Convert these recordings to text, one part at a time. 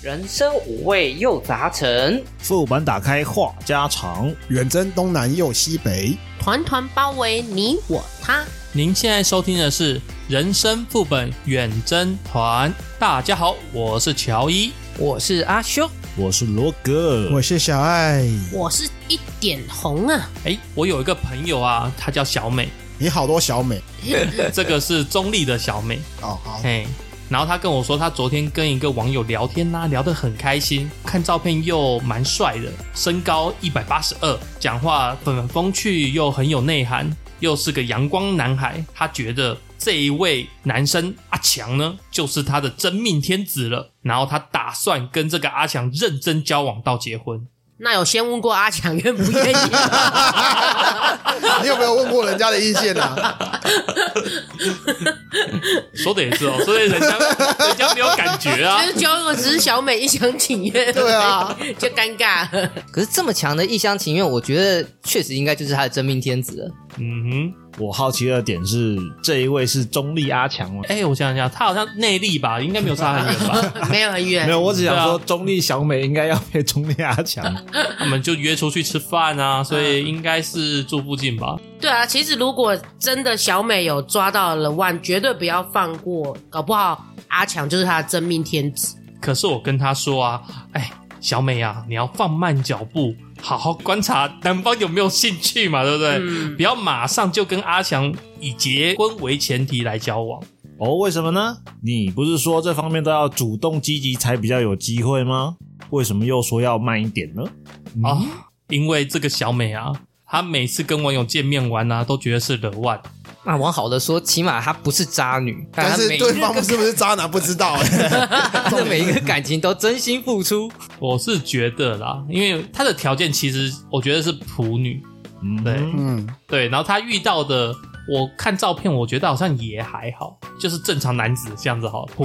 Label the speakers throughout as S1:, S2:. S1: 人生五味又杂陈，
S2: 副本打开话家常，
S3: 远征东南又西北，
S4: 团团包围你我他。
S5: 您现在收听的是《人生副本远征团》，大家好，我是乔伊。
S1: 我是阿修。
S2: 我是罗哥，
S3: 我是小爱。
S4: 我是一点红啊，
S5: 哎，我有一个朋友啊，她叫小美，
S3: 你好多小美
S5: 这个是中立的小美，
S3: 哦，好，
S5: 嘿。然后她跟我说，她昨天跟一个网友聊天啦、聊得很开心，看照片又蛮帅的，身高一百八十二，讲话很风趣又很有内涵，又是个阳光男孩。她觉得这一位男生阿强呢，就是她的真命天子了。然后她打算跟这个阿强认真交往到结婚。
S4: 那有先问过阿强愿不愿 意？
S3: 你有没有问过人家的意见啊？
S5: 说的也是哦，所以人家人家没有感觉啊
S4: 就。是结果只是小美一厢情愿，
S3: 对啊，
S4: 就尴尬了。
S1: 可是这么强的一厢情愿，我觉得确实应该就是他的真命天子了。
S5: 嗯哼，
S2: 我好奇的点是这一位是中立阿强吗？
S5: 哎、我想想想，他好像内力吧，应该没有差很远吧？
S4: 没有很远，
S2: 没有，我只想说
S1: 啊
S5: 对
S2: 中立小美应该要配中立阿强。
S5: 他们就约出去吃饭啊，所以应该是住附近吧。
S4: 对啊，其实如果真的小美有抓到了万，绝对不要放过，搞不好阿强就是她的真命天子。
S5: 可是我跟他说啊，哎、小美啊，你要放慢脚步，好好观察男方有没有兴趣嘛，对不对？
S4: 嗯
S5: 不要马上就跟阿强以结婚为前提来交往。
S2: 哦，为什么呢？你不是说这方面都要主动积极才比较有机会吗？为什么又说要慢一点呢？
S5: 啊、因为这个小美啊，她每次跟网友见面完啊，都觉得是惹万。
S1: 那往好的说，起码他不是渣女，
S3: 但
S1: 他
S3: 是
S1: 每一
S3: 对
S1: 个
S3: 方是不是渣男不知道、欸，
S1: 他的每一个感情都真心付出。
S5: 我是觉得啦，因为她的条件其实我觉得是普女，
S2: 嗯
S5: 对
S3: 嗯，
S5: 对，然后她遇到的。我看照片，我觉得好像也还好，就是正常男子这样子好了，普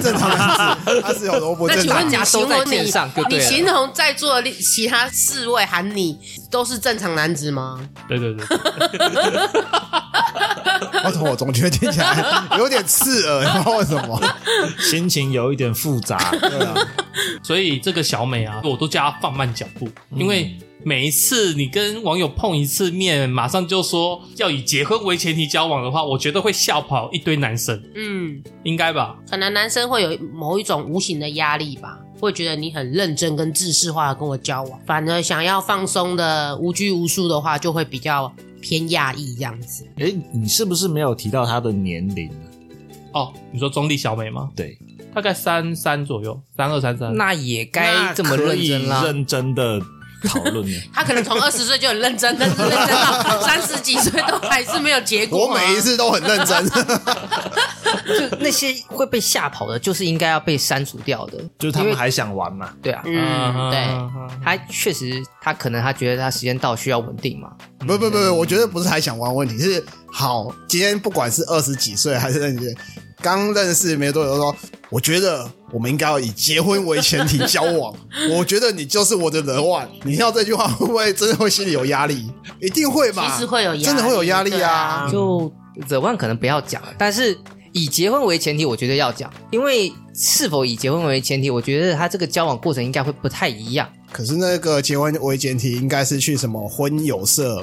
S3: 正常男子他是有萝卜
S4: 那
S3: 正
S4: 请
S3: 常
S4: 问
S3: 人，
S4: 你
S1: 大家都
S4: 形
S1: 在
S4: 容
S1: 线
S4: 你
S1: 上就对
S4: 你
S1: 了
S4: 形容在座的另其他四位喊你都是正常男子吗？
S5: 对对对，对
S3: 为什么我总觉得听起来有点刺耳？不知道为什么？
S2: 心情有一点 复杂。
S3: 对 啊，
S5: 所以这个小美啊，我都叫她放慢脚步，
S4: 嗯
S5: 因为每一次你跟网友碰一次面，马上就说要以结婚为前提交往的话，我觉得会吓跑一堆男生，
S4: 嗯，
S5: 应该吧？
S4: 可能男生会有某一种无形的压力吧，会觉得你很认真跟制式化的跟我交往，反而想要放松的无拘无束的话，就会比较偏压抑这样子。
S2: 诶，你是不是没有提到他的年龄？
S5: 哦，你说中立小美吗？
S2: 对，
S5: 大概三三左右，三二三三。
S1: 那也该这么认真
S2: 可以
S1: 啦。
S2: 认真的讨论 呢。
S4: 他可能从二十岁就很认真，但是认真到三十几岁都还是没有结果、啊
S3: 我每一，次都很认真，
S1: 就那些会被吓跑的，就是应该要被删除掉的。
S2: 就是他们还想玩嘛？
S1: 对啊，
S4: 嗯，对，
S5: 对，
S1: 他确实，他可能他觉得他时间到需要稳定嘛。
S3: 不不不不，我觉得不是还想玩问题，是好，今天不管是二十几岁还是认识，刚认识没多久，说我觉得我们应该要以结婚为前提交往，我觉得你就是我的人万，你听到这句话会不会真的会心里有压力？一定会吧，
S4: 其实会有压力，
S3: 真的会有压力
S4: 对啊。
S1: 就 The One 可能不要讲，但是以结婚为前提，我觉得要讲，因为是否以结婚为前提，我觉得他这个交往过程应该会不太一样。
S3: 可是那个结婚为前提，应该是去什么婚友社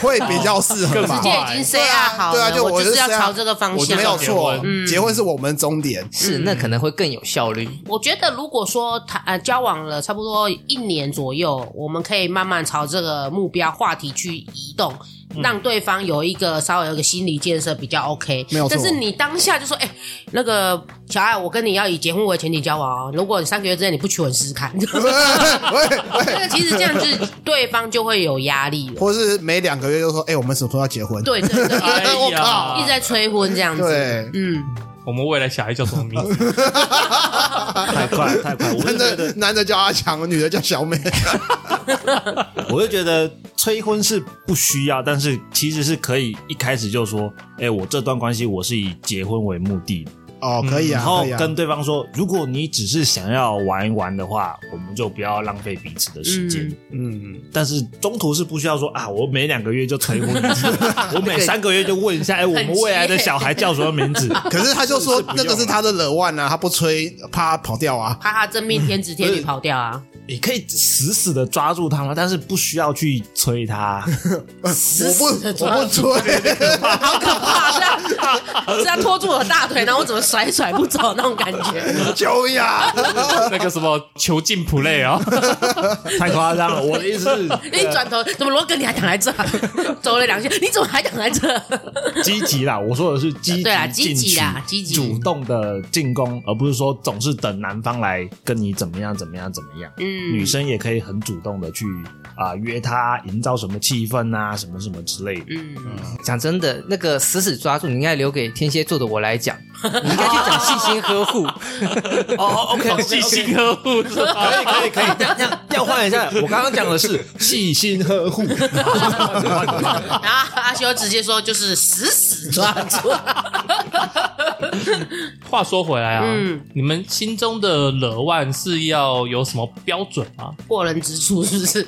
S3: 会比较适合吧
S4: 哦直？
S5: 更
S4: 接
S5: 快
S4: 已经 say
S3: 对啊
S4: R 好了，
S3: 对啊，就
S4: 我
S3: 我
S4: 就是是要
S3: say 啊
S4: 朝这个方
S3: 我
S4: 向。嗯
S3: 没有错
S5: 结，
S4: 婚
S3: 结婚是我们终点，
S5: 嗯
S1: 是，那可能会更有效率。
S4: 我觉得如果说他呃交往了差不多一年左右，我们可以慢慢朝这个目标话题去移动，
S3: 嗯
S4: 让对方有一个稍微有一个心理建设比较 OK。
S3: 没有错
S4: 但是你当下就说，哎、那个小爱，我跟你要以结婚为前提交往哦，如果你三个月之内你不娶我，你试试 看。
S3: 喂喂
S4: 那个其实这样就是对方就会有压力了。
S3: 或是每两个月就说，哎、我们什么时候要结婚？
S4: 对对对，
S5: 哎呀
S3: 我靠
S4: 一直在催婚这样子。
S3: 对，
S4: 嗯，
S5: 我们未来小孩叫什么名字？
S2: 太快了太快了！我就
S3: 真
S2: 觉
S3: 的
S2: 得，
S3: 男的叫阿强，女的叫小美，
S2: 我就觉得催婚是不需要，但是其实是可以一开始就说，哎，我这段关系我是以结婚为目的的，
S3: 哦，可以啊，
S2: 然后
S3: 可以啊
S2: 跟对方说，如果你只是想要玩一玩的话，我们就不要浪费彼此的时间。
S4: 嗯
S3: 嗯，
S2: 但是中途是不需要说啊，我每两个月就催婚一次，我每三个月就问一下，哎，我们未来的小孩叫什么名字？
S3: 可是他就说
S2: 不用
S3: 那
S2: 啦
S3: 个是他的惹腕啊，他不吹，怕他跑掉啊。
S4: 怕他真命天子天女跑掉啊！
S2: 你可以死死的抓住他吗？但是不需要去催他。
S3: 我不，我不吹，
S4: 好可怕，这样这样啊拖住我的大腿，然后我怎么甩也甩不走那种感觉。
S3: 救命啊！
S5: 那个什么囚禁 play 啊，
S2: 太夸张了。我的意思
S4: 一哎转头，怎么罗哥你还躺在这啊？走了两下，你怎么还躺在这？
S2: 是积极啦，我说的是积
S4: 对啦，
S2: 极
S4: 积
S2: 进
S4: 极
S2: 取。
S4: 啦，积
S2: 主
S4: 极。
S2: 动的进攻，而不是说总是等男方来跟你怎么样怎么样怎么样。
S4: 嗯
S2: 女，生也可以很主动的去啊、约他，营造什么气氛啊，什么什么之类的。
S4: 嗯，
S1: 讲真的，那个死死抓住，你应该留给天蝎座的我来讲， 你应该去讲细心呵 护。
S2: 哦，OK，
S5: 细心呵护是
S4: 哦
S5: 吧？
S2: 可以可以可以，要要换一下。我刚刚讲的是细心呵护，
S4: 然后啊阿修直接说就是死死抓住，
S5: 话说回来啊，
S4: 嗯
S5: 你们心中的惹腕是要有什么标准吗？
S4: 过人之处是不是？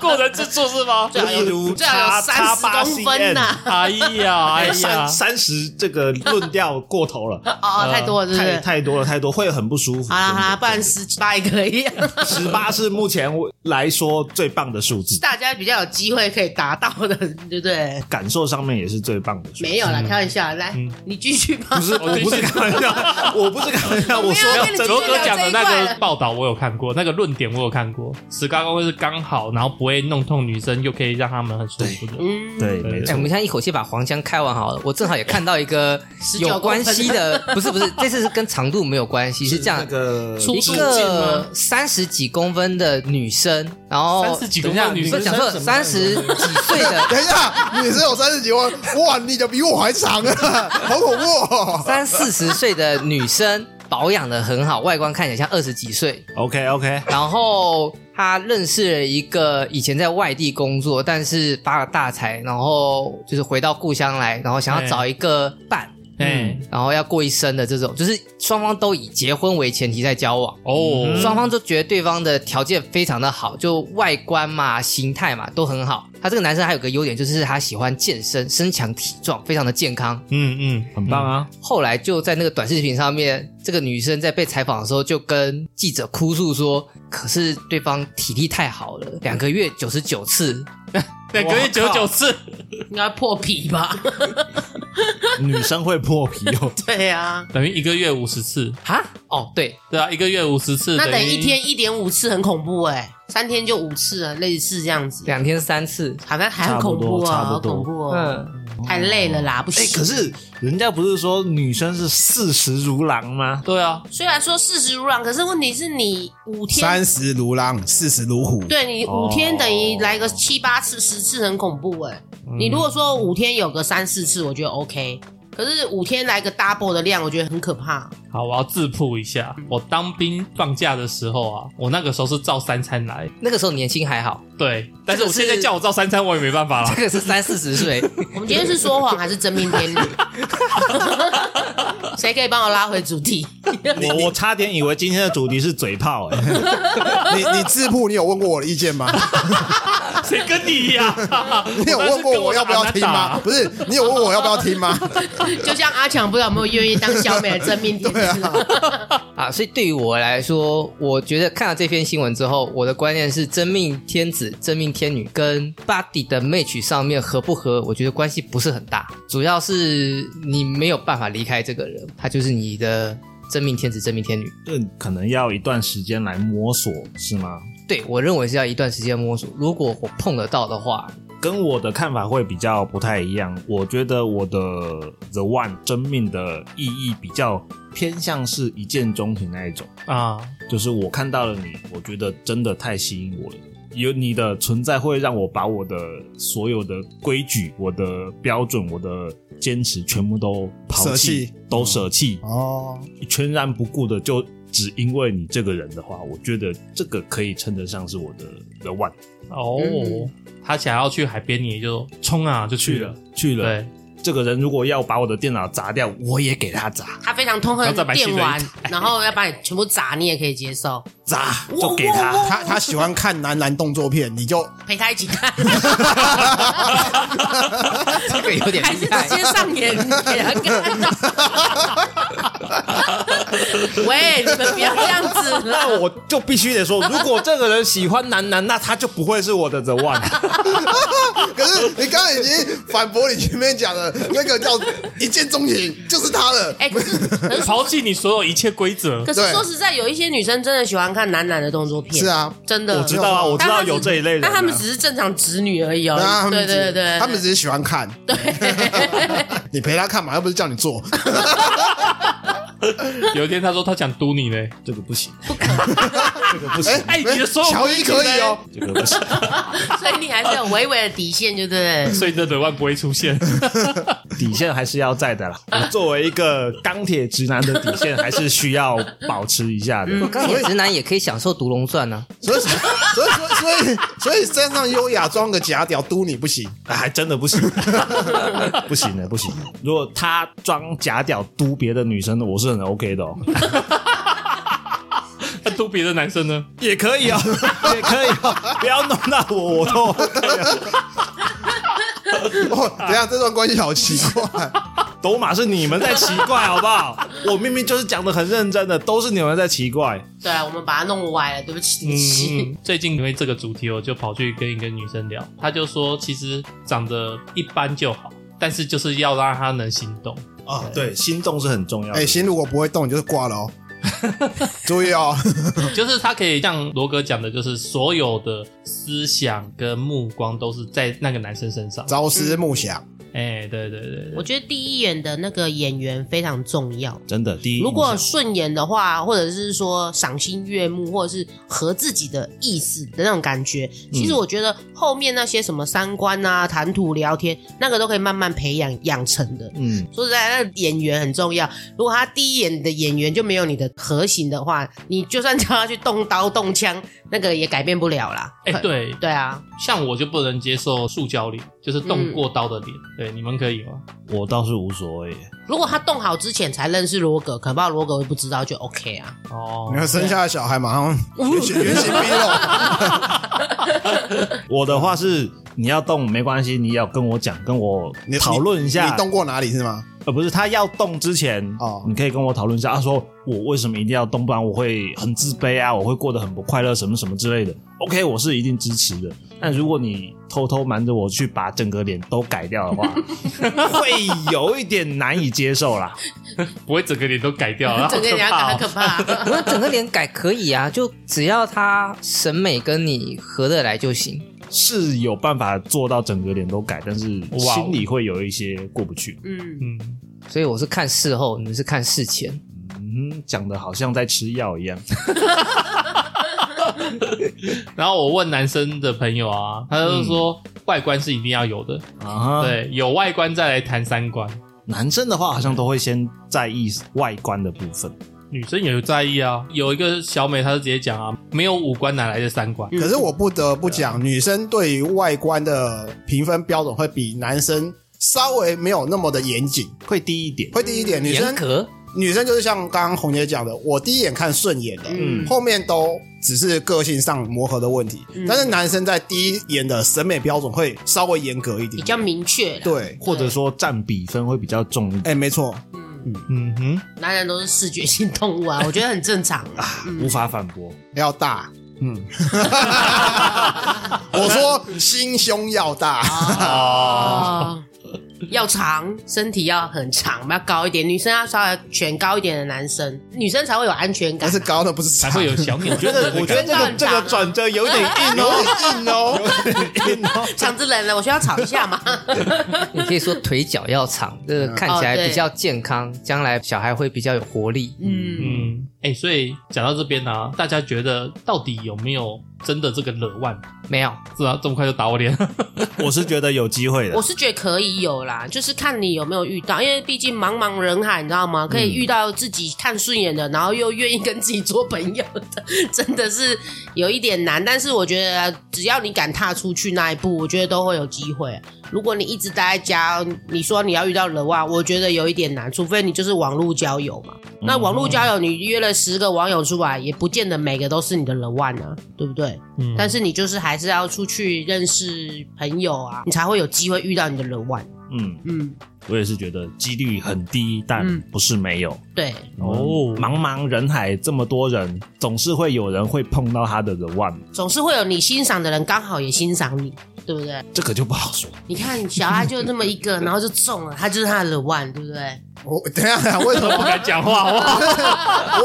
S5: 过人之处是吗？
S4: 最好有最好有三十公分呐、
S5: 哎呀哎 呀
S2: 三，三十这个论调过头了，
S4: 哦哦，太多了，是不
S2: 太
S4: 是？
S2: 太多了，太多会很不舒服。
S4: 好啦好啦，不然十八也可以，
S2: 十八是目前来说最棒的数字，
S4: 大家比较有机会可以达到的，对不对？
S2: 感受上面也是最棒的数字。
S4: 没有啦，开玩笑，来，你继续吧。
S2: 不是， 我不是开玩笑，我不是开玩 笑，我说要真
S4: 没有
S5: 罗
S4: 跟你
S5: 哥讲的那
S4: 这一块
S5: 个
S4: 了
S5: 报道我有看过，那个论点我有看过，十八公分是刚好，然后不会弄痛女生，又可以让她们很舒服的。
S4: 嗯，
S2: 对，没
S1: 哎，
S2: 错
S1: 我。们现在一口气把黄腔开完好了。我正好也看到一 个有关系的， 不是不是，这次是跟长度没有关系，是这样
S2: 那。个
S5: 出
S1: 一
S5: 出镜吗
S1: 个三十几公分的女生，然后
S5: 三十几公
S1: 等一
S5: 分
S1: 下
S5: 女
S1: 不
S5: 生
S1: 是讲错，三十几岁的
S3: 等一下，你是有三十几万，哇，你的比我还长啊，好恐怖、哦！
S1: 三四十岁的女生保养的很好，外观看起来像二十几岁。
S2: OK OK，
S1: 然后她认识了一个以前在外地工作，但是发了大财，然后就是回到故乡来，然后想要找一个伴，
S5: 哎
S1: 然后要过一生的这种，就是双方都以结婚为前提在交往。
S5: 哦，
S2: 嗯
S1: 双方都觉得对方的条件非常的好，就外观嘛、形态嘛都很好。他这个男生还有个优点，就是他喜欢健身，身强体壮，非常的健康。
S5: 嗯嗯，
S2: 很棒啊！
S1: 后来就在那个短视频上面，这个女生在被采访的时候就跟记者哭诉说：“可是对方体力太好了，两个月九十九次，
S5: 每个月九九次，
S4: 应该破皮吧？
S2: 女生会破皮哦，
S4: 对啊，
S5: 等于一个月五十次，
S1: 哈，哦，对，
S5: 对啊，一个月五十次，
S4: 那等
S5: 于
S4: 于一天一点五次，很恐怖哎，三天就五次了，类似这样子，
S1: 两天三次，
S4: 好像还很恐怖啊，
S2: 差
S4: 好
S2: 不多
S4: 恐怖哦，
S1: 嗯，
S4: 太累了啦，不
S2: 哎、
S4: 行。
S2: 可是人家不是说女生是四十如狼 吗？
S5: 对啊，
S4: 虽然说四十如狼，可是问题是你五天
S3: 三，十如狼，四十如虎。
S4: 对你
S2: 哦
S4: 五天等于来个七八次、十次，很恐怖哎。
S2: 嗯
S4: 你如果说五天有个三四次，我觉得 OK。可是五天来个 double 的量，我觉得很可怕。
S5: 好，我要自曝一下，我当兵放假的时候啊，我那个时候是照三餐来，
S1: 那个时候年轻还好，
S5: 对，但是我
S1: 这个是
S5: 现在叫我照三餐，我也没办法了。
S1: 这个是三四十岁，
S4: 我们今天是说谎还是真命 天女？谁可以帮我拉回主题？
S2: 我我差点以为今天的主题是嘴炮、 哎，
S3: 你你自曝，你有问过我的意见 吗？
S5: 谁跟你呀、
S3: 你有问过我要不要听吗？不是，你有问我要不要听 吗？
S4: 就像阿强，不知道有没有愿意当小美的真命天
S3: 对
S4: 女？
S3: 啊，
S1: 啊，所以对于我来说，我觉得看了这篇新闻之后，我的观念是真命天子、真命天女跟 body 的 match 上面合不合，我觉得关系不是很大，主要是你没有办法离开这个人，他就是你的真命天子、真命天女。
S2: 这可能要一段时间来摸索，是吗？
S1: 对我认为是要一段时间摸索，如果我碰得到的话，
S2: 跟我的看法会比较不太一样。我觉得我的 The One 真命的意义比较偏向是一见钟情那一种，
S5: 啊，
S2: 就是我看到了你，我觉得真的太吸引我了。有你的存在会让我把我的所有的规矩、我的标准、我的坚持全部都抛
S3: 舍
S2: 弃，
S3: 弃
S2: 都舍弃，
S3: 哦，
S2: 全然不顾的就只因为你这个人的话，我觉得这个可以称得上是我的 The One
S5: 哦，
S4: 嗯
S5: 他想要去海边，你就冲啊，就去了。
S2: 去了。
S5: 对，
S2: 这个人如果要把我的电脑砸掉，我也给他砸
S4: 他非常痛恨
S5: 然后再买新
S4: 电
S5: 的
S4: 玩
S5: 一，
S4: 然后要把你全部砸，你也可以接受，
S2: 砸，就给他。
S3: 他他喜欢看男男动作片，你就
S4: 陪他一起看，
S1: 这个有点
S4: 还是
S1: 厉
S4: 直
S1: 害。
S4: 接上演给他 看？喂，你们不要这样子啦！
S2: 那我就必须得说，如果这个人喜欢男男，那他就不会是我的 The One。
S3: 可是你刚才已经反驳你前面讲的那个叫一见钟情，就是他了。
S4: 哎、可是可是
S5: 抛弃你所有一切 规则。
S4: 可是
S3: 对
S4: 说实在，有一些女生真的喜欢看男男的动作片，
S3: 是，啊，
S4: 真的。嗯
S2: 我知道啊，我知道有这一类人、啊。
S4: 但他们只是正常直女而已哦
S3: 对啊，他。们
S4: 对
S3: 只
S4: 对对，
S3: 他们只是喜欢看。对， 你陪他看嘛，又不是叫你做。
S5: 有一天他说他想嘟你嘞，
S2: 这个不行，
S3: 这个不行
S5: 哎你的所有
S3: 乔伊可以哦，
S2: 这个不行。
S4: 所以你还是有微微的底线，对不对？
S5: 所以那德万不会出现。
S2: 底线还是要在的啦。 我作为一个钢铁直男的底线，还是需要保持一下的。
S4: 嗯
S1: 钢铁直男也可以享受独龙啊钻 呢、
S3: 所以，所以，所以，所以，所以身上优雅装个假屌嘟你不行，
S2: 啊还真的不行， 不行的，不行的。如果他装假屌嘟别的女生的，我是很 OK 的哦，
S5: 那嘟别的男生呢？
S2: 也可以哦， 也可以哦，不要弄到我，我都 OK 了。
S3: 哦，等一下这段关系好奇怪。
S2: 斗马是你们在奇 怪，好不好？我明明就是讲的很认真的，都是你们在奇怪。
S4: 对啊，我们把它弄歪了，对不起，对不起。
S5: 嗯， 最近因为这个主题，我就跑去跟一个女生聊，她就说其实长得一般就好，但是就是要让她能心 动。
S2: 哦，对，心动是很重要的。
S3: 哎，心如果不会动，你就是挂了哦。注意哦，
S5: 就是他可以像罗哥讲的，就是所有的思想跟目光都是在那个男生身 上。
S3: 朝思暮想。
S5: 哎、对对对对
S4: 我觉得第一眼的那个演员非常重要。
S2: 真的，第一印象，
S4: 哎如果顺眼的话，或者是说赏心悦目，或者是合自己的意思的那种感觉，其实我觉得后面那些什么三观啊、谈吐、聊天，那个都可以慢慢培养养成的。
S2: 嗯，
S4: 说实在，那个演员很重要。如果他第一眼的演员就没有你的核心的话，你就算叫他去动刀动枪，那个也改变不了啦。
S5: 哎、对，
S4: 对啊，
S5: 像我就不能接受塑胶脸，就是动过刀的脸。对，你们可以吗？
S2: 我倒是无所谓。
S4: 如果他动好之前才认识罗格，可能罗格会不知道就 OK 啊。
S5: 哦
S3: 你，看生下的小孩马上原形原形毕露，
S2: 我的话是，你要动没关系，你要跟我讲，跟我
S3: 你
S2: 讨论一
S3: 你
S2: 下。
S3: 动过哪里是吗？
S2: 呃，不是，他要动之前，
S3: 哦
S2: 你可以跟我讨论一下。他啊说我为什么一定要动，不然我会很自卑啊，我会过得很不快乐，什么什么之类的。OK，我是一定支持的。但如果你偷偷瞒着我去把整个脸都改掉的 话，会有一点难以接受啦。
S5: 不会整个脸都改 掉，然后
S4: 整个人家
S5: 好
S4: 很
S5: 可
S4: 可
S5: 怕哦
S4: 怕、
S1: 不过整个脸改可以啊，就只要他审美跟你合得来就行。
S2: 是有办法做到整个脸都改，但是
S5: 哇哦
S2: 心里会有一些过不去。
S4: 嗯。
S5: 嗯，
S1: 所以我是看事后，你们是看事前。
S2: 嗯，讲的好像在吃药 一样。
S5: 然后我问男生的朋友啊，他就说外观是一定要有的，
S2: 啊，，
S5: 对，有外观再来谈三观。
S2: 男生的话好像都会先在意外观的部分。
S5: 女生也有在意啊，有一个小美，她就直接讲啊，没有五官哪来的三观？
S3: 可是我不得不讲，女生对于外观的评分标准会比男生稍微没有那么的严谨，
S2: 会低一点，
S3: 会低一点。女
S1: 严
S3: 生
S1: 格
S3: 女生就是像刚刚红姐讲的，我第一眼看顺眼的，
S4: 嗯
S3: 后面都只是个性上磨合的问题。但是男生在第一眼的审美标准会稍微严格一点，
S4: 比较明确啦。
S3: 对。
S2: 或者说占比分会比较重一点。
S3: 哎、没错，
S4: 嗯，
S5: 嗯哼，
S4: 男人都是视觉性动 物啊，我觉得很正常啊。
S2: 无法反驳，
S3: 要大，嗯， 我说心胸要大，
S4: 哦，要长，身体要很长，要高一点。女生要稍微全高一点的男生，女生才会有安全感
S3: 但是。高的不是
S5: 才
S3: 长，
S5: 会 有小 鸟。我觉
S2: 我觉得这个这
S3: 啊
S2: 个转折有点硬哦，硬哦，有点硬哦。
S4: 强制冷了，我需要吵一下 嘛？
S1: 你可以说腿脚要长，这个看起
S4: 哦
S1: 来
S4: 对
S1: 比较健康，将来小孩会比较有活力。
S4: 嗯，
S5: 嗯，哎、所以讲到这边呢、大家觉得到底有没有真的这个惹万？
S1: 没有，
S5: 是啊，这么快就打我脸，
S2: 我是觉得有机会的
S4: 我。是觉得可以有啦，就是看你有没有遇到，因为毕竟茫茫人海，你知道吗？可以遇到自己看顺眼的，然后又愿意跟自己做朋友的， 真的是有一点难。但是我觉得，只要你敢踏出去那一步，我觉得都会有机会。如果你一直待在家，你说你要遇到人哇，我觉得有一点难，除非你就是网络交友嘛。那网络交友，你约了十个网友出来，也不见得每个都是你的人万啊，对不对？
S5: 嗯
S4: 但是你就是还是要出去认识朋友啊，你才会有机会遇到你的人万。
S2: 嗯，
S4: 嗯，
S2: 我也是觉得几率很低，但
S4: 嗯
S2: 不是没有。
S4: 对，
S5: 哦
S2: 茫茫人海这么多人，总是会有人会碰到他的人万，
S4: 总是会有你欣赏的人刚好也欣赏你，对不对？
S2: 这个就不好说。
S4: 你看小爱就那么一个， 然后就中了，他就是他的人万，对不对？
S3: 我等一下，为什么
S5: 不敢讲话好不好？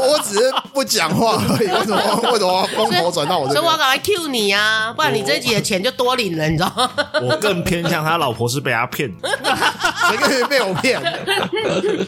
S3: 我我只是不讲话而已，为什么为什么风头转到我这
S4: 所以我要
S3: 边？
S4: 赶快 Q 你啊，不然你这一集的钱就多领了，你知道吗？
S2: 我更偏向他老婆是被他骗 的，
S3: 谁跟你被我骗？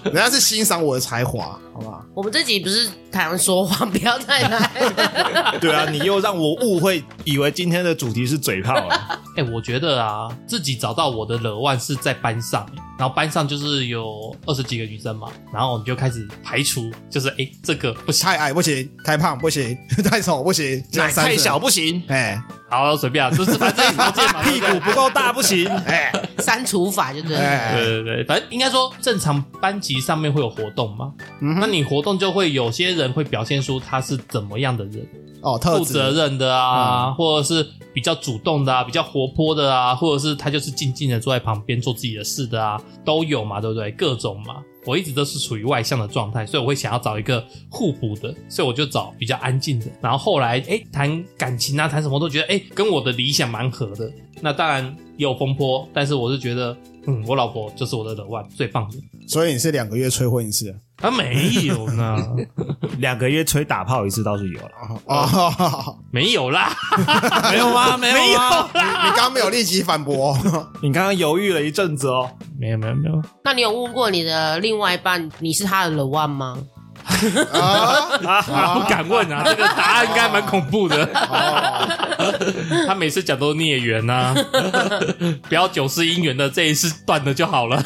S3: 人家是欣赏我的才华，好吧？
S4: 我们这集不是常说谎，不要再来。
S2: 对啊，你又让我误会，以为今天的主题是嘴炮 了。
S5: 哎、我觉得啊，自己找到我的惹万是在班上、然后班上就是有二十几个女生嘛，然后你就开始排除，就是哎、这个不行，
S3: 太矮不行，太胖不行， 太丑不行，这样
S2: 奶太
S3: 30
S2: 小，不行，
S3: 哎
S5: 好随便啊，就是反正你条件嘛，
S2: 屁
S5: 对
S2: 股
S5: 对
S2: 不够大不 行。
S3: 哎
S4: 删除法就对了。
S5: 对
S3: 哎，
S5: 对对，反正应该说正常班级上面会有活动嘛，
S3: 嗯
S5: 那
S3: 哼，
S5: 你活动就会有些人会表现出他是怎么样的人，
S3: 哦，特
S5: 负
S3: 质
S5: 责任的啊，或者是比较主动的啊，比较活泼的啊，或者是他就是静静的坐在旁边做自己的事的啊，都有嘛，对不对？各种嘛，我一直都是处于外向的状态，所以我会想要找一个互补的，所以我就找比较安静的。然后后来，哎，谈感情啊，谈什么都觉得，哎，跟我的理想蛮合的。那当然也有风波，但是我是觉得，嗯，我老婆就是我的冷腕，最棒的。
S3: 所以你是两个月催婚一次
S5: 啊，没有 呢，
S2: 两个月吹打炮一次倒是有了，
S3: 哦哦，
S5: 没有啦，
S2: 没有啊吗？没
S5: 没有
S2: 吗？
S3: 你
S5: 啦，
S3: 你刚没有立即反驳，
S2: 你刚刚犹豫了一阵子 哦，
S5: 没有没有没有，
S4: 那你有问过你的另外一半你是他的人万吗？
S3: 啊
S5: 啊，不敢问 啊，这个答案应该蛮恐怖的。
S3: 哦，
S5: 他每次讲都孽缘 呐，不要九世姻缘的，这一次断了就好了。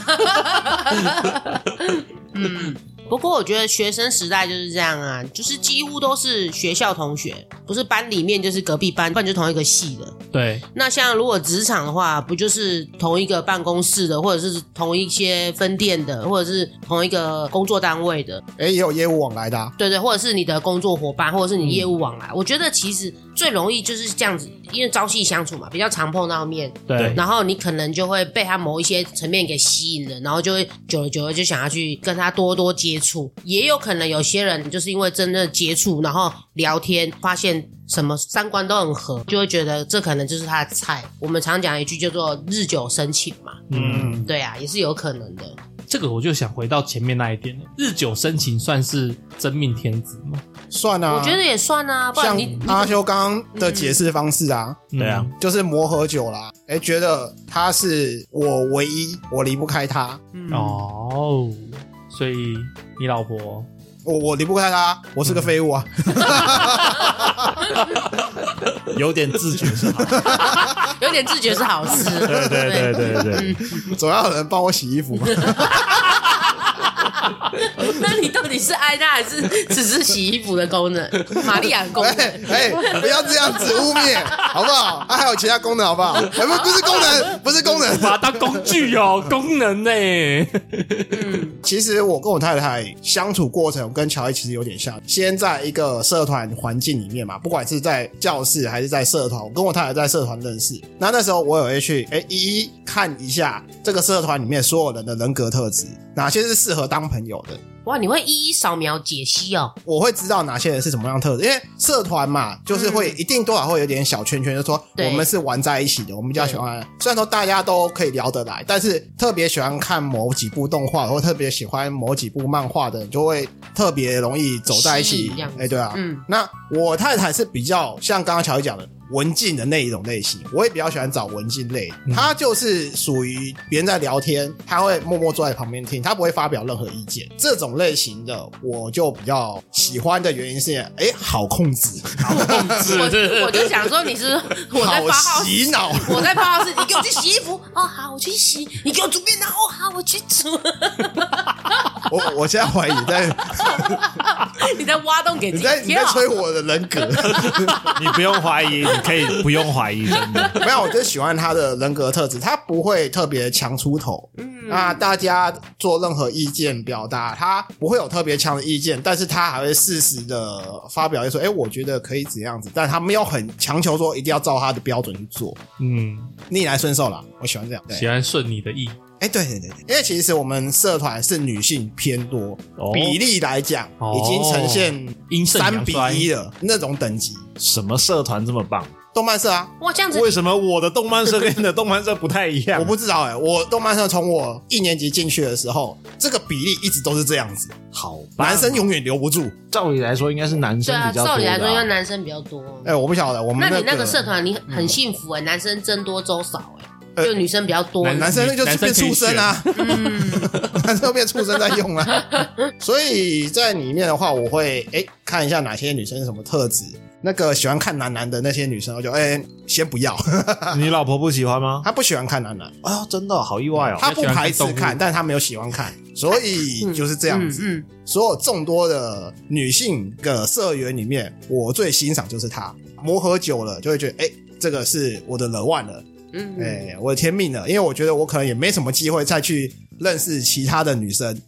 S4: 不过我觉得学生时代就是这样啊，就是几乎都是学校同学，不是班里面就是隔壁班，不然就同一个系的。
S5: 对，
S4: 那像如果职场的话，不就是同一个办公室的，或者是同一些分店的，或者是同一个工作单位的，
S3: 哎，也有业务往来的啊，
S4: 对对，或者是你的工作伙伴，或者是你业务往来。我觉得其实最容易就是这样子，因为朝夕相处嘛，比较常碰到面，
S5: 对
S4: 然后你可能就会被他某一些层面给吸引了，然后就会久了久了就想要去跟他多多接触。也有可能有些人就是因为真的接触，然后聊天，发现什么三观都很合，就会觉得这可能就是他的菜。我们常讲一句叫做“日久生情”嘛，
S5: 嗯，
S4: 对啊，也是有可能的。
S5: 这个我就想回到前面那一点了，日久生情算是真命天子吗？
S3: 算啊，
S4: 我觉得也算啊，不然
S3: 像
S4: 你你
S3: 阿修刚刚的解释方式啊，
S2: 对啊，
S3: 就是磨合久了啊，哎，觉得他是我唯一，我离不开他，
S4: 嗯
S5: 哦，所以你老婆
S3: 我我离不开他，我是个废物啊，
S2: 有点自觉是好。
S4: 有点自觉是好事，
S2: 对对 对对对对，
S3: 总要有人帮我洗衣服嘛。
S4: 那你到底是爱他还是只是洗衣服的 功能？玛利亚 功
S3: 哎
S4: 能？
S3: 哎，不要这样子污蔑，好不好？啊，还有其他功能，好不好？哎，不，不是功能，不是功能。
S5: 把啊它当工具 哦，功能呢？
S3: 其实我跟我太太相处过程跟乔伊其实有点像，先在一个社团环境里面嘛，不管是在教室还是在社团，我跟我太太在社团认识。那那时候我也会去哎一一看一下这个社团里面所有人的人格特质，哪些是适合当朋友的。
S4: 哇，你会一一扫描解析哦。
S3: 我会知道哪些人是什么样的特质，因为社团嘛，就是会一定多少会有点小圈圈，就说
S4: 嗯对
S3: 我们是玩在一起的，我们比较喜欢。虽然说大家都可以聊得来，但是特别喜欢看某几部动画或特别喜欢某几部漫画的人，就会特别容易走在一
S4: 吸
S3: 起
S4: 引这样。子
S3: 哎，对啊，
S4: 嗯，
S3: 那我太太是比较像刚刚乔伊讲的文静的那一种类型，我也比较喜欢找文静类。
S4: 嗯
S3: 她就是属于别人在聊天，她会默默坐在旁边听，她不会发表任何意见。这种种类型的我就比较喜欢的原因是，哎，好控制，
S4: 我我就想说，你是 不是 我在
S3: 好
S4: 八号，
S3: 洗脑。
S4: 我在八号是，你给我去洗衣服哦，好，我去洗；你给我煮面汤哦，好，我去煮。
S3: 我我现在怀疑你在
S4: 你在挖洞给自
S3: 你
S4: 己
S3: 在你在
S4: 跳。
S3: 吹我的人格，
S2: 你不用怀疑，你可以不用怀疑，真的。
S3: 没有，我就喜欢他的人格特质，他不会特别强出头。
S4: 嗯
S3: 那大家做任何意见表达，他不会有特别强的意见，但是他还会适时的发表，就说：“哎、我觉得可以怎样子。”但他没有很强求说一定要照他的标准去做，
S5: 嗯，
S3: 逆来顺受啦。我喜欢这样。对，
S5: 喜欢顺你的意，
S3: 哎、对对对对，因为其实我们社团是女性偏多，
S2: 哦
S3: 比例来讲、
S5: 哦
S3: 已经呈现
S5: 阴盛
S3: 三
S5: 阳
S3: 比
S5: 衰。
S3: 一了那种等级。
S2: 什么社团这么棒？
S3: 动漫社啊，
S4: 哇，这样子
S2: 为什么我的动漫社跟你的动漫社不太一样？
S3: 我不知道哎、我动漫社从我一年级进去的时候，这个比例一直都是这样子，
S2: 好吧，
S3: 男生永远留不住。
S2: 照理来说应该是男
S4: 对
S2: 生
S4: 啊，
S2: 比较多的啊、
S4: 照理来说应该男生比较多。
S3: 哎、我不晓得我们
S4: 那
S3: 个、
S4: 你那个社团你很很幸福哎，男生增多周少哎，
S3: 呃
S4: 就女生比较多。
S5: 男
S3: 男生那就是变畜生啊，
S4: 嗯，
S3: 男生变畜生在用啊。 所以在里面的话，我会哎、看一下哪些女生是什么特质。那个喜欢看男男的那些女生，我就哎、先不要，
S2: 你老婆不喜欢吗？
S3: 她不喜欢看男男，
S2: 啊、真的好意外哦！
S3: 哎她不排斥
S5: 她喜欢看动
S3: 看，
S5: 物
S3: 但她没有喜欢看，所以就是这样子。
S4: 嗯，
S3: 所有众多的女性的社员里面，我最欣赏就是她。磨合久了，就会觉得哎、这个是我的人腕了，
S4: 嗯
S3: 哎、
S4: 嗯，
S3: 我的天命了。因为我觉得我可能也没什么机会再去认识其他的女生，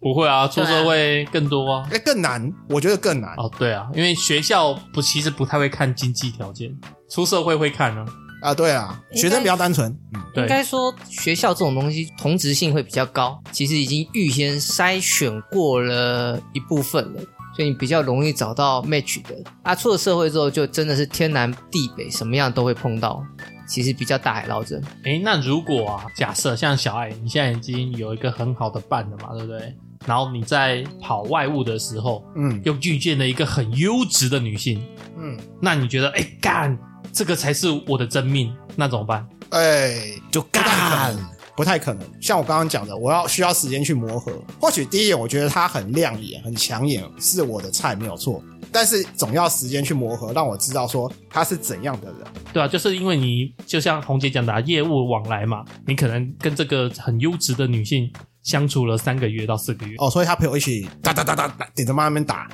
S5: 不会啊，出社会更多啊。
S3: 哎、更难，我觉得更难。
S5: 哦，对啊，因为学校不其实不太会看经济条件，出社会会看啊。
S3: 啊，对啊，
S1: 应该
S3: 学生比较单纯，嗯
S5: 对
S1: 应该说学校这种东西同质性会比较高，其实已经预先筛选过了一部分了。所以你比较容易找到 match 的啊，出了社会之后就真的是天南地北，什么样都会碰到，其实比较大海捞针。
S5: 诶，那如果啊，假设像小爱，你现在已经有一个很好的伴了嘛，对不对？然后你在跑外务的时候，
S3: 嗯
S5: 又遇见了一个很优质的女性，
S3: 嗯，
S5: 那你觉得，哎、干，这个才是我的真命，那怎么办？
S3: 哎、
S2: 就
S3: 干
S2: 干，
S3: 不太可能。像我刚刚讲的，我要需要时间去磨合。或许第一眼我觉得他很亮眼、很抢眼，是我的菜没有错，但是总要时间去磨合，让我知道说他是怎样的人。
S5: 对啊，就是因为你就像红姐讲的、啊，业务往来嘛，你可能跟这个很优质的女性相处了三个月到四个月，
S3: 哦，所以他陪我一起打打打打打，顶着妈那边 打，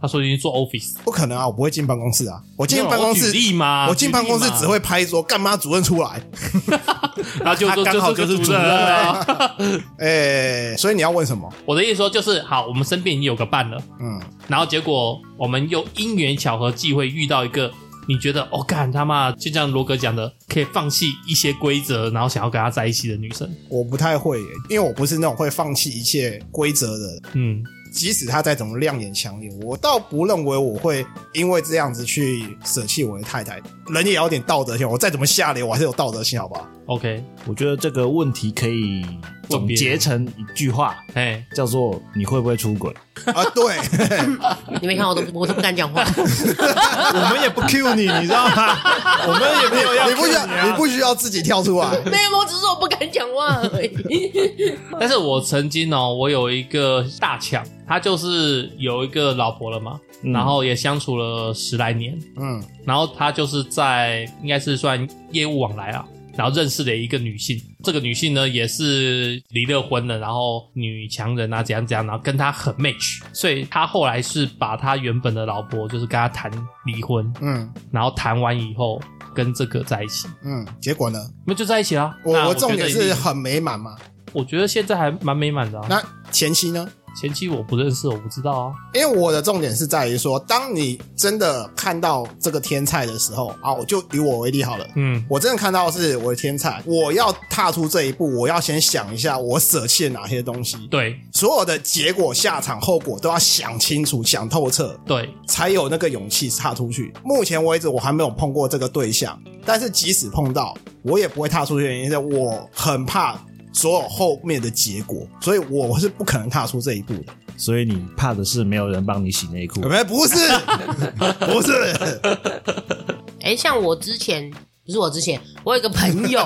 S5: 她说已经做 office，
S3: 不可能啊！我不会进办公室啊！我进
S5: 没有
S3: 办公
S5: 我
S3: 室
S5: 举例嘛，
S3: 我进办公室
S5: 举例嘛
S3: 只，会拍桌，干妈主任出来。
S5: 然后就说
S2: 他刚好
S5: 就
S2: 就是
S5: 主任啊。
S3: 哎、所以你要问什么？
S5: 我的意思说就是，好，我们身边已经有个伴了，
S3: 嗯，
S5: 然后结果我们又因缘巧合际会遇到一个。你觉得哦，干他妈，就像罗格讲的，可以放弃一些规则，然后想要跟他在一起的女生，
S3: 我不太会耶，因为我不是那种会放弃一切规则的人。
S5: 嗯，
S3: 即使他再怎么亮眼抢眼，我倒不认为我会因为这样子去舍弃我的太太。人也要有点道德性，我再怎么下流，我还是有道德性，好不好？
S5: OK，
S2: 我觉得这个问题可以总结成一句话，
S5: 哎，
S2: 叫做“你会不会出轨
S3: 啊， 对，
S4: 你没看我都我都不敢讲话。”？
S2: 我们也不 Q 你，你知道吗？ 我们也没有要
S3: 你不需
S2: cue
S3: 要，
S2: 啊
S3: 你不需要自己跳出来。
S4: 没有，我只是我不敢讲话而已。
S5: 但是我曾经哦，我有一个大强，他就是有一个老婆了嘛，
S2: 嗯
S5: 然后也相处了十来年，
S3: 嗯
S5: 然后他就是在应该是算业务往来啊，然后认识了一个女性，这个女性呢也是离了婚了，然后女强人啊怎样怎样，然后跟他很 match，所以他后来是把他原本的老婆就是跟他谈离婚，
S3: 嗯
S5: 然后谈完以后跟这个在一起，
S3: 嗯，结果呢？
S5: 那就在一起啦。那
S3: 我我
S5: 觉
S3: 重
S5: 得
S3: 点
S5: 一定
S3: 是很美满嘛。
S5: 我觉得现在还蛮美满的、啊。
S3: 那前期呢？
S5: 前期我不认识，我不知道啊。
S3: 因为我的重点是在于说，当你真的看到这个天菜的时候啊，我就以我为例好了。
S5: 嗯，
S3: 我真的看到的是我的天菜，我要踏出这一步，我要先想一下我舍弃了哪些东西，
S5: 对
S3: 所有的结果、下场、后果都要想清楚、想透彻，
S5: 对，
S3: 才有那个勇气踏出去。目前为止，我还没有碰过这个对象，但是即使碰到，我也不会踏出去，原因是我很怕所有后面的结果，所以我是不可能踏出这一步的。哎
S2: 所以你怕的是没有人帮你洗内 裤。
S3: 没，不是，不是，
S4: 哎，像我之前不是我之前，我有一个朋友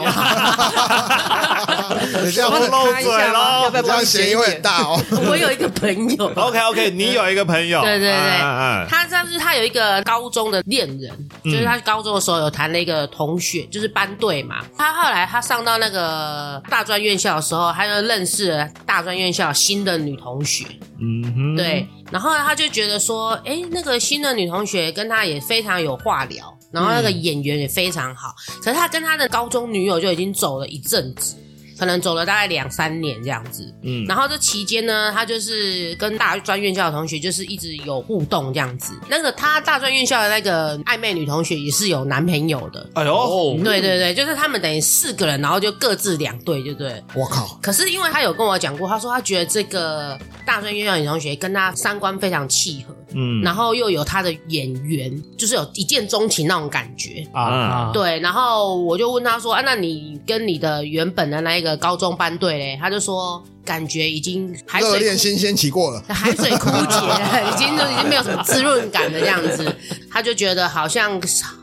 S4: 啊，
S3: 你这样
S1: 帮你
S3: 漏
S1: 看一
S3: 嘴
S1: 下吗
S3: 喽，
S1: 要不要
S3: 你这
S1: 帮
S3: 样
S1: 你
S3: 嫌
S1: 写
S3: 疑
S1: 一
S3: 会
S1: 点
S3: 很？大哦。
S4: 我有一个朋友，
S2: OK OK，你有一个朋友，
S4: 对对对
S2: 嗯嗯
S4: 他上次他有一个高中的恋人，就是他高中的时候有谈了一个同学，就是班队嘛。他后来他上到那个大专院校的时候，他就认识了大专院校新的女同学，
S2: 嗯哼，
S4: 对。然后他就觉得说，哎、那个新的女同学跟他也非常有话聊，然后那个演员也非常好。可是他跟他的高中女友就已经走了一阵子，可能走了大概两三年这样子。
S2: 嗯
S4: 然后这期间呢，他就是跟大专院校的同学就是一直有互动这样子。那个他大专院校的那个暧昧女同学也是有男朋友的。
S2: 哎呦，
S4: 对对对，就是他们等于四个人，然后就各自两队，对不对？
S3: 我靠，
S4: 可是因为他有跟我讲过，他说他觉得这个大专院校女同学跟他三观非常契合，
S2: 嗯
S4: 然后又有他的眼缘，就是有一见钟情那种感觉。
S5: 啊啊，
S4: 对，然后我就问他说：“啊，那你跟你的原本的那一个高中班队嘞？”他就说：“感觉已经海
S3: 热
S4: 水
S3: 恋
S4: 枯
S3: 新鲜期过了，
S4: 海水枯竭 了，已经就已经没有什么滋润感的这样子。”他就觉得好像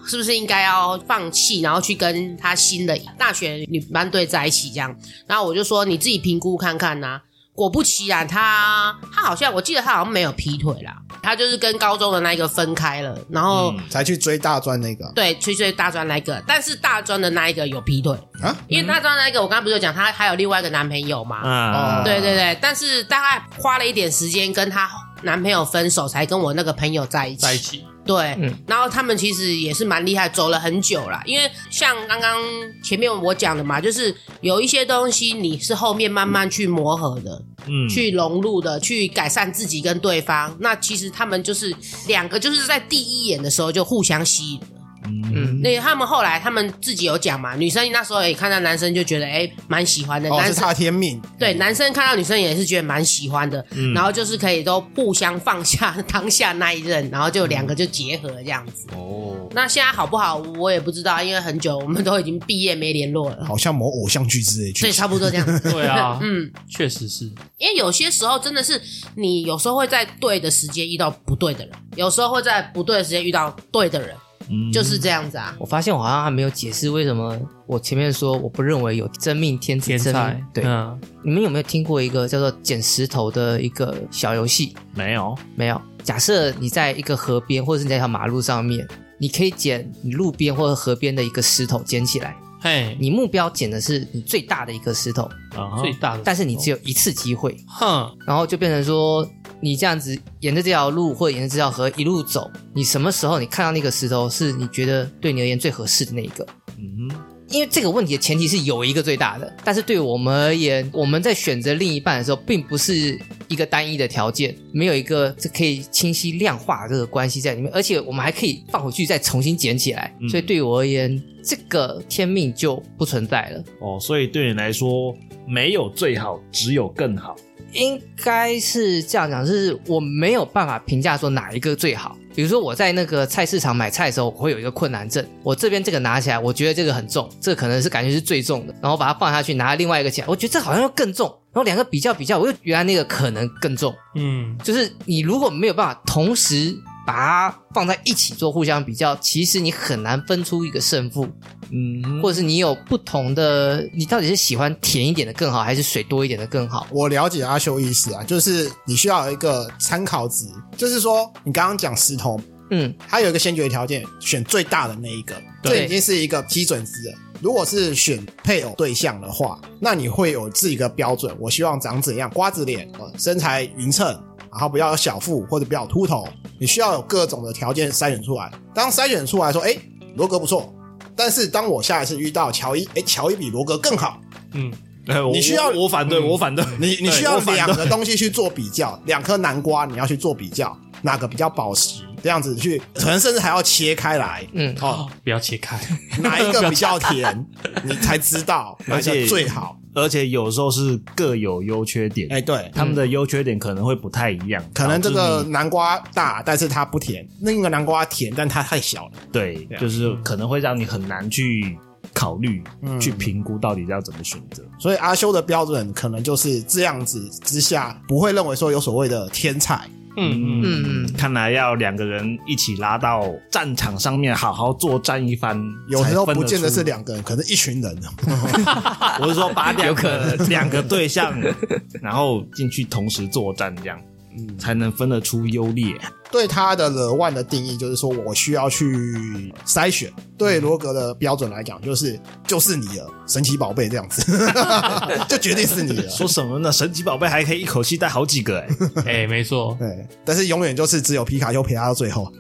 S4: 是不是应该要放弃，然后去跟他新的大学女班队在一起这样？然后我就说：“你自己评估看看呐、啊果不其然，他他好像我记得他好像没有劈腿啦，他就是跟高中的那一个分开了，然后、
S3: 才去追大专那个哦
S4: 对，吹吹大专那一个，但是大专的那一个有劈腿，
S3: 啊。
S4: 因为大专那一个我刚刚不是有讲她还有另外一个男朋友嘛？
S2: 啊
S3: 哦
S4: 对对对，但是大概花了一点时间跟她男朋友分手，才跟我那个朋友在一起。
S5: 在一起
S4: 对，
S1: 嗯
S4: 然后他们其实也是蛮厉害，走了很久啦。因为像刚刚前面我讲的嘛，就是有一些东西你是后面慢慢去磨合的，
S2: 嗯
S4: 去融入的，去改善自己跟对方。那其实他们就是两个，就是在第一眼的时候就互相吸引了。
S1: 嗯，
S4: 那他们后来他们自己有讲嘛，女生那时候也看到男生就觉得哎蛮、喜欢的，
S3: 哦，
S4: 男
S3: 是
S4: 生
S3: 差天命，
S4: 对男生看到女生也是觉得蛮喜欢的，然后就是可以都互相放下 当下那一任，然后就两个就结合这样子。
S2: 哦，
S4: 那现在好不好我也不知道，因为很久我们都已经毕业没联络了，
S3: 好像某偶像剧之类
S4: 所
S3: 剧情。
S4: 以差不多这样 子。，
S5: 对啊
S4: 嗯，
S5: 确实是
S4: 因为有些时候真的是你有时候会在对的时间遇到不对的人，有时候会在不对的时间遇到对的人，
S2: 嗯
S4: 就是这样子啊。
S1: 我发现我好像还没有解释为什么我前面说我不认为有真命天子
S5: 天
S1: 真命
S5: 才，
S1: 对，
S5: 嗯，
S1: 你们有没有听过一个叫做捡石头的一个小游戏？
S2: 没有，
S1: 没有。假设你在一个河边，或者是你在一条马路上面，你可以捡你路边或者河边的一个石头捡起来。
S5: 嘿，
S1: 你目标捡的是你最大的一颗石头，
S2: 啊哈
S5: 最大的，嗯
S1: 但是你只有一次机会，
S5: 哼，
S1: 然后就变成说你这样子沿着这条路或者沿着这条河一路走，你什么时候你看到那个石头是你觉得对你而言最合适的那一个？
S2: 嗯
S1: 因为这个问题的前提是有一个最大的，但是对我们而言，我们在选择另一半的时候，并不是一个单一的条件，没有一个这可以清晰量化的这个关系在里面，而且我们还可以放回去再重新捡起来。
S2: 嗯
S1: 所以对我而言，这个天命就不存在了，
S2: 哦，所以对你来说没有最好，只有更好。
S1: 应该是这样讲，就是我没有办法评价说哪一个最好。比如说我在那个菜市场买菜的时候，我会有一个困难症，我这边这个拿起来，我觉得这个很重，这个可能是感觉是最重的，然后把它放下去，拿另外一个起来，我觉得这好像又更重，然后两个比较比较，我又原来那个可能更重，
S5: 嗯，
S1: 就是你如果没有办法同时把它放在一起做互相比较，其实你很难分出一个胜负。
S2: 嗯，
S1: 或者是你有不同的，你到底是喜欢甜一点的更好，还是水多一点的更好？
S3: 我了解阿修意思啊，就是你需要有一个参考值，就是说你刚刚讲石头，
S1: 嗯，
S3: 它有一个先决条件，选最大的那一个，
S1: 对
S3: 这已经是一个基准值了。如果是选配偶对象的话，那你会有自己的标准，我希望长怎样，瓜子脸，呃身材匀称，然后不要有小腹或者不要有秃头，你需要有各种的条件筛选出来。当筛选出来说，哎，罗格不错，但是当我下一次遇到乔伊，哎，乔伊比罗格更好，
S5: 嗯，
S2: 呃我
S3: 你需要
S2: 我我反对，
S5: 嗯
S2: 我反对，
S3: 你你
S2: 对
S3: 需要
S2: 我反
S3: 两
S2: 对
S3: 个东西去做比较， 两颗南瓜你要去做比较，哪个比较保湿，这样子去，可能甚至还要切开来，
S1: 嗯
S5: 哦，不要切 开，
S3: 哪一个比较甜，你才知道哪
S2: 而
S3: 一
S2: 且
S3: 个最好。
S2: 而且有时候是各有优缺点，
S3: 哎、对，
S2: 他们的优缺点可能会不太一样，
S3: 可能这
S2: 导
S3: 个
S2: 致你
S3: 南瓜大，但是它不甜；另一个南瓜甜，但它太小了。
S2: 对
S3: 对，啊
S2: 就是
S5: 嗯
S2: 可能会让你很难去考虑、去评估到底要怎么选择。
S3: 所以阿修的标准可能就是这样子之下，不会认为说有所谓的天才，
S5: 嗯嗯，
S1: 嗯嗯，
S2: 看来要两个人一起拉到战场上面，好好作战一番。
S3: 有时候不见得是
S2: 两，
S3: 两个人，可能一群人啊。
S2: 我是说把两
S1: 有可
S2: 个
S1: 能
S2: 两个对象， 然后进去同时作战，这样
S3: 嗯，
S2: 才能分得出优劣。
S3: 对他的 The One 的定义就是说，我需要去筛选。对罗格的标准来讲，就是就是你了，神奇宝贝这 样子，就决定是你了。
S2: 说什么呢？神奇宝贝还可以一口气带好几个哎、
S1: 嗯
S5: 哎，没错。
S3: 对，但是永远就是只有皮卡丘陪他到最后。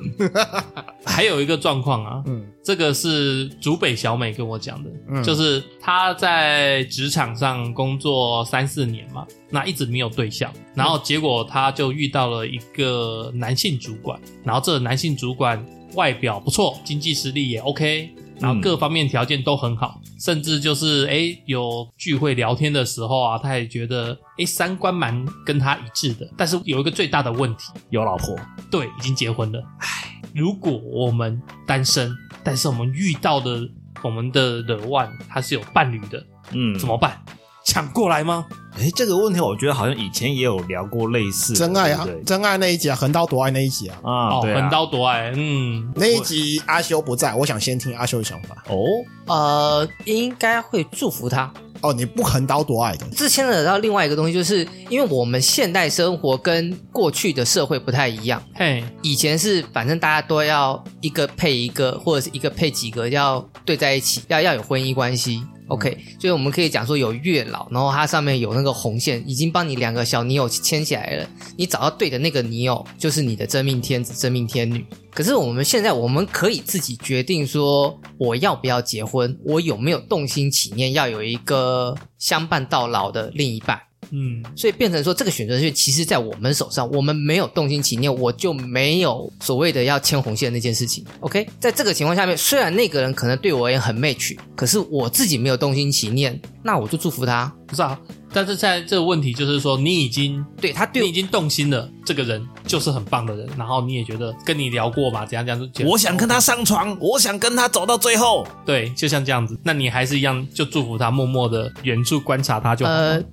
S5: 还有一个状况啊，
S3: 嗯
S5: 这个是竹北小美跟我讲的，
S3: 嗯
S5: 就是她在职场上工作三四年嘛，那一直没有对象，然后结果她就遇到了一个男性主管，然后这个男性主管外表不错，经济实力也 OK。然后各方面条件都很好，甚至就是哎，有聚会聊天的时候啊，她也觉得哎三观蛮跟她一致的。但是有一个最大的问题，
S2: 有老婆，
S5: 对，已经结婚了。唉，如果我们单身，但是我们遇到的我们的 The One 他是有伴侣的，
S2: 嗯，
S5: 怎么办？抢过来吗？
S2: 哎，这个问题我觉得好像以前也有聊过类似的
S3: 真爱啊
S2: 对不，对
S3: 真爱那一集啊，横刀夺爱那一集啊，
S2: 啊，
S5: 哦，
S2: 对啊
S5: 横刀夺爱，嗯，
S3: 那一集阿修不在，我想先听阿修的想法。
S2: 哦，
S1: 呃，应该会祝福他。
S3: 哦，你不横刀夺爱的，
S1: 这牵扯到另外一个东西，就是因为我们现代生活跟过去的社会不太一样。
S5: 嘿，
S1: 以前是反正大家都要一个配一个，或者是一个配几个，要对在一起，要要有婚姻关系。OK，所以我们可以讲说有月老，然后它上面有那个红线，已经帮你两个小女友牵起来了。你找到对的那个女友，就是你的真命天子、真命天女。可是我们现在，我们可以自己决定说，我要不要结婚，我有没有动心起念要有一个相伴到老的另一半。
S5: 嗯，
S1: 所以变成说，这个选择权其实在我们手上，我们没有动心起念，我就没有所谓的要牵红线那件事情。OK，在这个情况下面，虽然那个人可能对我而言很 match，可是我自己没有动心起念，那我就祝福他。
S5: 不是啊。但是在这个问题就是说，你已经
S1: 对他对
S5: 你已经动心了，这个人就是很棒的人，然后你也觉得跟你聊过嘛，怎样怎样，就觉得
S2: 我想跟他上床，我想跟他走到最后。
S5: 对，就像这样子，那你还是一样就祝福他，默默的远处观察他就
S2: 嗯
S5: 好。
S1: 呃，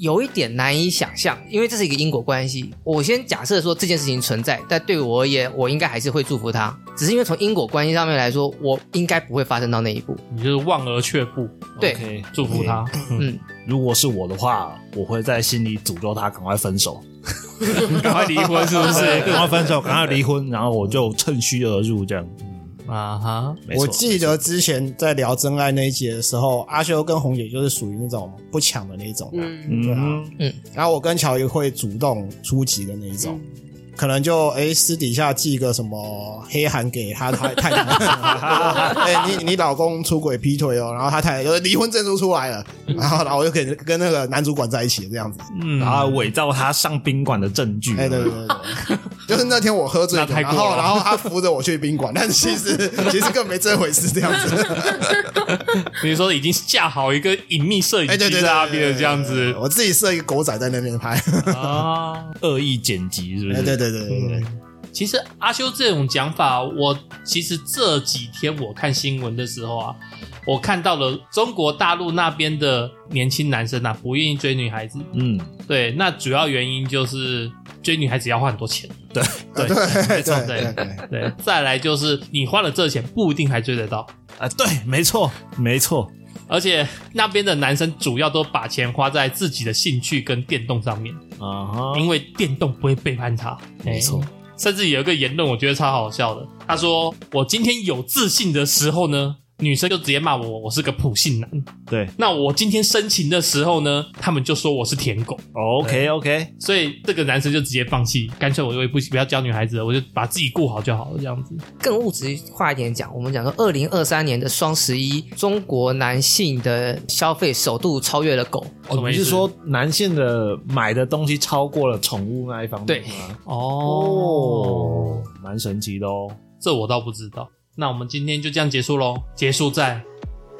S1: 有一点难以想象，因为这是一个因果关系。我先假设说这件事情存在，但对我而言，我应该还是会祝福他，只是因为从因果关系上面来说，我应该不会发生到那一步。
S5: 你就是望而却步，
S1: 对
S2: OK，
S5: 祝福他。
S1: 嗯，
S2: 如果是我的话，我会在心里诅咒他赶快分手，
S5: 赶快离婚是不
S2: 嗯 对，
S5: 是？
S2: 赶快分手，赶快离婚，然后我就趁虚而入这样。
S5: 啊哈，
S2: 没错
S3: 我记得之前在聊真爱那一集的时候，阿修跟红姐就是属于那种不抢的那一种啊、
S4: 嗯，
S2: 嗯
S3: 对
S2: 哼
S3: 啊，然后我跟乔伊会主动出击的那一种，可能就哎私底下寄个什么黑函给他太太太， 哎你你老公出轨劈腿哦，然后他太太就是离婚证书出来了，然后然后我就跟跟那个男主管在一起这样子，
S5: 嗯
S2: 然后伪造他上宾馆的证据。
S3: 哎对对对对，就是那天我喝 醉
S5: 那
S3: 酒，
S5: 太
S3: 然
S5: 过
S3: 后
S5: 了
S3: 然后他扶着我去宾馆，但其实 其实更没这回事这样 子，
S5: 你说已经架好一个隐秘摄
S3: 哎
S5: 影
S3: 对
S5: 机
S3: 对
S5: 在
S3: 对
S5: 那
S3: 对
S5: 边
S3: 对
S5: 了，这样子
S3: 我自己设一个狗仔在那边拍，
S5: 啊。
S2: 恶意剪辑是不
S3: 哎
S2: 是？
S3: 对对对对对，
S5: 其实啊阿修这种讲法，我其实这几天我看新闻的时候啊，我看到了中国大陆那边的年轻男生啊，不愿意追女孩子。
S2: 嗯，
S5: 对，那主要原因就是追女孩子要花很多钱。
S3: 啊 对对
S5: 错
S3: 对对。
S5: 对，再来就是你花了这钱不一定还追得到，
S2: 啊，对，没错，没错，
S5: 而且那边的男生主要都把钱花在自己的兴趣跟电动上面。
S2: 啊哈，
S5: 因为电动不会背叛他。
S2: 没错
S5: 哎甚至有一个言论，我觉得超好笑的。他说：“我今天有自信的时候呢，女生就直接骂我我是个普信男；
S2: 对
S5: 那我今天深情的时候呢，他们就说我是舔狗。
S2: ，OK OK，
S5: 所以这个男生就直接放弃，干脆我就不不要教女孩子了，我就把自己顾好就好了，这样子。
S1: 更务实化一点讲，我们讲说，二零二三年的双十一，中国男性的消费首度超越了狗。
S5: 什么
S2: 哦你
S5: 意思
S2: 是说男性的买的东西超过了宠物那一方面
S1: 对
S2: 吗？
S5: 哦，
S2: 哦，蛮神奇的哦。
S5: 这我倒不知道。那我们今天就这样结束喽，结束在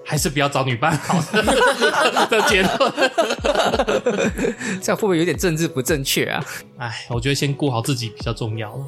S5: 还是不要找女 伴 好了的结论。”
S1: 这样会不会有点政治不正确啊？
S5: 哎，我觉得先顾好自己比较重要了。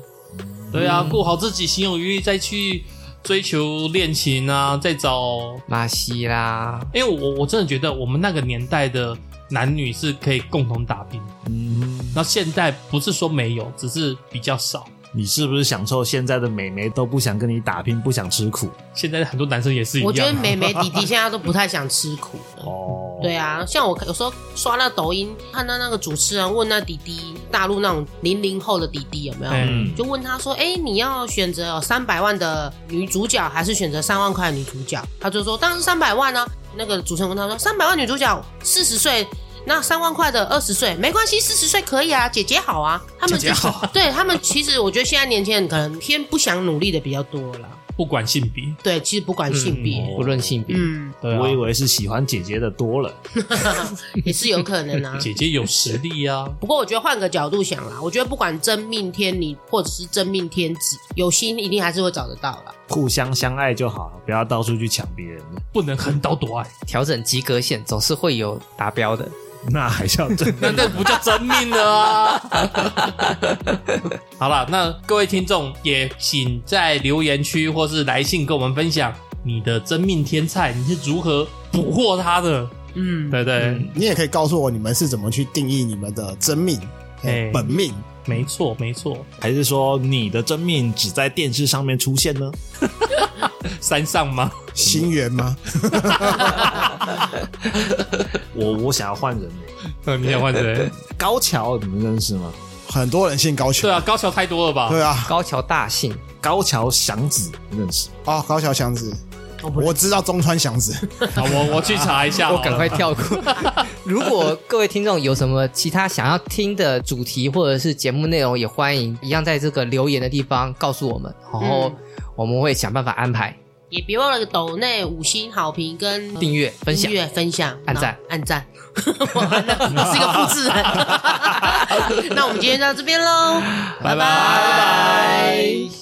S5: 对啊，顾好自己，心有余力再去追求恋情啊，再找。
S1: 马西啦，
S5: 因为我我真的觉得我们那个年代的男女是可以共同打拼，
S2: 嗯，
S5: 那现在不是说没有，只是比较少。
S2: 你是不是享受现在的美眉都不想跟你打拼，不想吃苦？
S5: 现在很多男生也是一样啊。
S4: 我觉得美眉弟弟现在都不太想吃苦了。
S2: 哦，
S4: 对啊，像我有时候刷那抖音，看到那个主持人问那弟弟，大陆那种零零后的弟弟有没有，
S5: 嗯
S4: 就问他说：“哎、你要选择三百万的女主角，还是选择三万块的女主角？”他就说：“当然是三百万啊。”那个主持人问他说：“三百万女主角四十岁。”那三万块的二十岁没关系，四十岁可以啊，姐姐好啊。他们
S5: 姐姐好，
S4: 对他们其实我觉得现在年轻人可能偏不想努力的比较多了。
S5: 不管性别，
S4: 对，其实不管性别，
S1: 不论性别，
S4: 嗯，
S5: 对啊
S2: 我以为是喜欢姐姐的多了。
S4: 也是有可能啊。
S5: 姐姐有实力啊，
S4: 不过我觉得换个角度想啦，我觉得不管真命天女或者是真命天子，有心一定还是会找得到啦。
S2: 互相相爱就好了，不要到处去抢别人。
S5: 不能横刀夺爱，
S1: 调整及格线总是会有达标的。
S2: 那还叫真
S5: 那那不叫真命了啊！ 好啦，那各位听众也请在留言区或是来信跟我们分享你的真命天菜，你是如何捕获他的？
S4: 嗯，
S5: 对不对，
S3: 你也可以告诉我你们是怎么去定义你们的真命、
S5: 哎
S3: 本命。
S5: 没错，没错，
S2: 还是说你的真命只在电视上面出现呢？
S5: 山上吗？
S3: 心源吗？
S5: 嗯
S2: 我我想要换人，
S5: 呃，你想换谁？
S2: 高桥你们认识吗？
S3: 很多人姓高桥，
S5: 对啊，高桥太多了吧？
S3: 对啊，
S1: 高桥大幸，
S2: 高桥祥子你认识？
S3: 哦，高桥祥子，
S5: 哦
S3: 我知道中川祥子，
S5: 好，我我去查一下好
S1: 我
S5: 了，
S1: 赶快跳 过。如果各位听众有什么其他想要听的主题或者是节目内容，也欢迎一样在这个留言的地方告诉我们，然后
S4: 嗯
S1: 我们会想办法安排
S4: 也别忘了抖内五星好评跟
S1: 订阅分享
S4: 订。阅分享、
S1: 按赞、
S4: 按赞。 我是一个复制 人。那我们今天就到这边喽，拜
S5: 拜拜
S4: 拜